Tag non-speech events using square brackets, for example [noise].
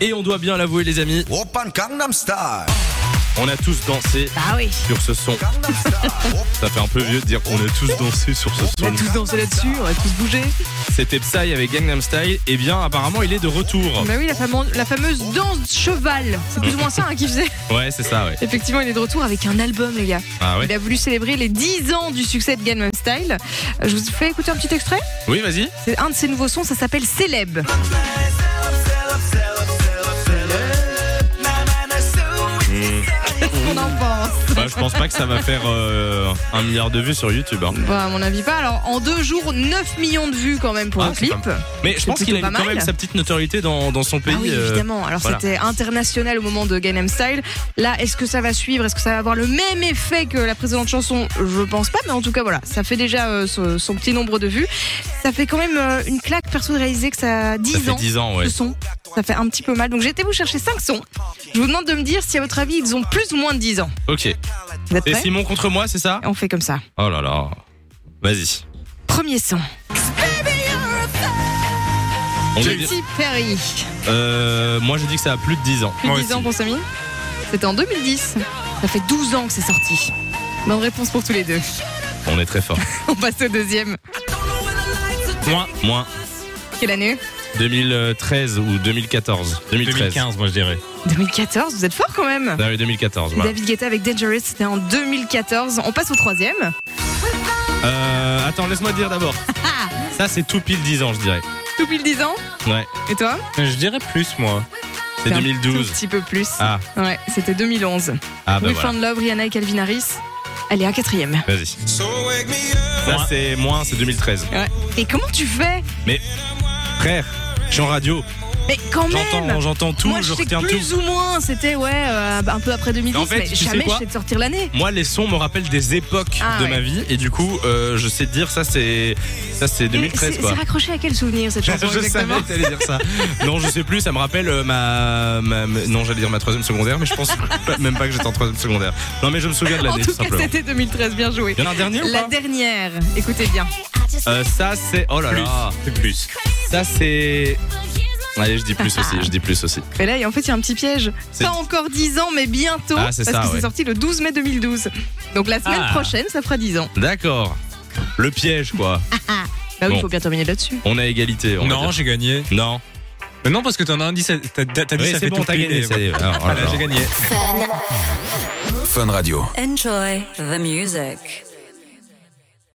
Et on doit bien l'avouer, les amis, Open Gangnam Style. on a tous dansé Ah oui. sur ce son. Gangnam Style. Ça fait un peu vieux de dire qu'on a tous dansé sur ce On son. a tous dansé là-dessus, on a tous bougé. C'était Psy avec Gangnam Style. Et bien, apparemment, il est de retour. Bah oui, la, fame- la fameuse danse de cheval. C'est plus ou moins ça hein, qu'il faisait. Ouais, c'est ça, ouais. [laughs] Effectivement, il est de retour avec un album, les gars. Ah ouais Il a voulu célébrer les 10 ans du succès de Gangnam Style. Euh, Je vous fais écouter un petit extrait. Oui, vas-y. C'est un de ses nouveaux sons, ça s'appelle Hmm. Célèbre. [laughs] On en pense. Bah, je pense pas que ça va faire euh, un milliard de vues sur YouTube. hein. Bah, à mon avis, pas. Alors, en deux jours, 9 millions de vues quand même pour Ah, le c'est clip. pas Mais je C'est pense qu'il a plutôt quand pas mal. même sa petite notoriété dans, dans son pays. Ah oui, euh, évidemment. Alors voilà. c'était international au moment de Gangnam Style. Là, est-ce que ça va suivre Est-ce que ça va avoir le même effet que la précédente chanson Je pense pas, mais en tout cas voilà, ça fait déjà euh, ce- son petit nombre de vues. Ça fait quand même euh, une claque perso de réaliser que ça a 10 ça fait ans 10 ans, ouais. ce son. Ça fait un petit peu mal. Donc j'ai été vous chercher 5 sons. Je vous demande de me dire si à votre avis ils ont plus ou moins de 10 ans. Ok. Vous êtes Et prêts Simon contre moi, c'est ça On fait comme ça. Oh là là. Vas-y. Premier son. On est bien- Katy Perry. Euh, moi, je dis que ça a plus de 10 ans. Plus de 10 ans pour Samy. C'était en 2010. Ça fait 12 ans que c'est sorti. Bonne réponse pour tous les deux. On est [laughs] très fort. On passe au deuxième. Moins, moins. Quelle année 2013 ou 2014 2013. 2015, moi je dirais. 2014, vous êtes fort quand même Ah oui, 2014. voilà. David Guetta avec Dangerous, c'était en 2014. On passe au troisième. Euh, attends, laisse-moi dire [laughs] d'abord. ça, c'est tout pile 10 ans, je dirais. Tout pile 10 ans. Ouais. Et toi Je dirais plus, moi. C'est un 2012. tout petit peu plus. Ah, Ouais, c'était 2011. ah bah We voilà. Found Love, Rihanna et Calvin Harris. Elle est en quatrième. Vas-y. Ça, c'est moins, c'est 2013. Ouais. Et comment tu fais Frère, je suis en radio. Mais quand J'entends, même j'entends tout, Moi, je je sais que retiens tout. plus ou moins, c'était ouais, euh, un peu après 2010, En fait, mais tu sais jamais quoi je sais de sortir l'année. Moi, les sons me rappellent des époques Ah de ouais. ma vie, et du coup, euh, je sais te dire ça, c'est ça, c'est Et 2013 c'est- quoi. C'est raccroché à quel souvenir [laughs] cette chanson je exactement savais que t'allais dire ça. Non, je sais plus, ça me rappelle euh, ma, ma- ma- non, j'allais dire ma troisième secondaire, mais je pense [laughs] même pas que j'étais en troisième secondaire. Non, mais je me souviens de En l'année, tout tout cas, simplement. c'était 2013, bien joué. Il y en a un dernier ou La pas dernière, écoutez bien. Euh, Ça, c'est, oh là Plus. là, C'est plus. ça c'est. Allez, je dis plus aussi, je dis plus aussi. Et là, et en fait, il y a un petit piège. C'est- Pas encore 10 ans, mais bientôt. Ah, parce c'est que ça, ouais. c'est sorti le 12 mai 2012. Donc la semaine Ah. prochaine, ça fera 10 ans. D'accord. Le piège, quoi. Bah oui, il Bon. faut bien terminer là-dessus. On a égalité. on va Non, dire. j'ai gagné. non. Mais non, parce que t'en as un 10, t'as t'as- t'as dit Oui, ça c'est fait bon, tout t'as pile, gagné. et ça y est. Ah, oh Alors, Voilà, alors. j'ai gagné. Fun Radio. Enjoy the music.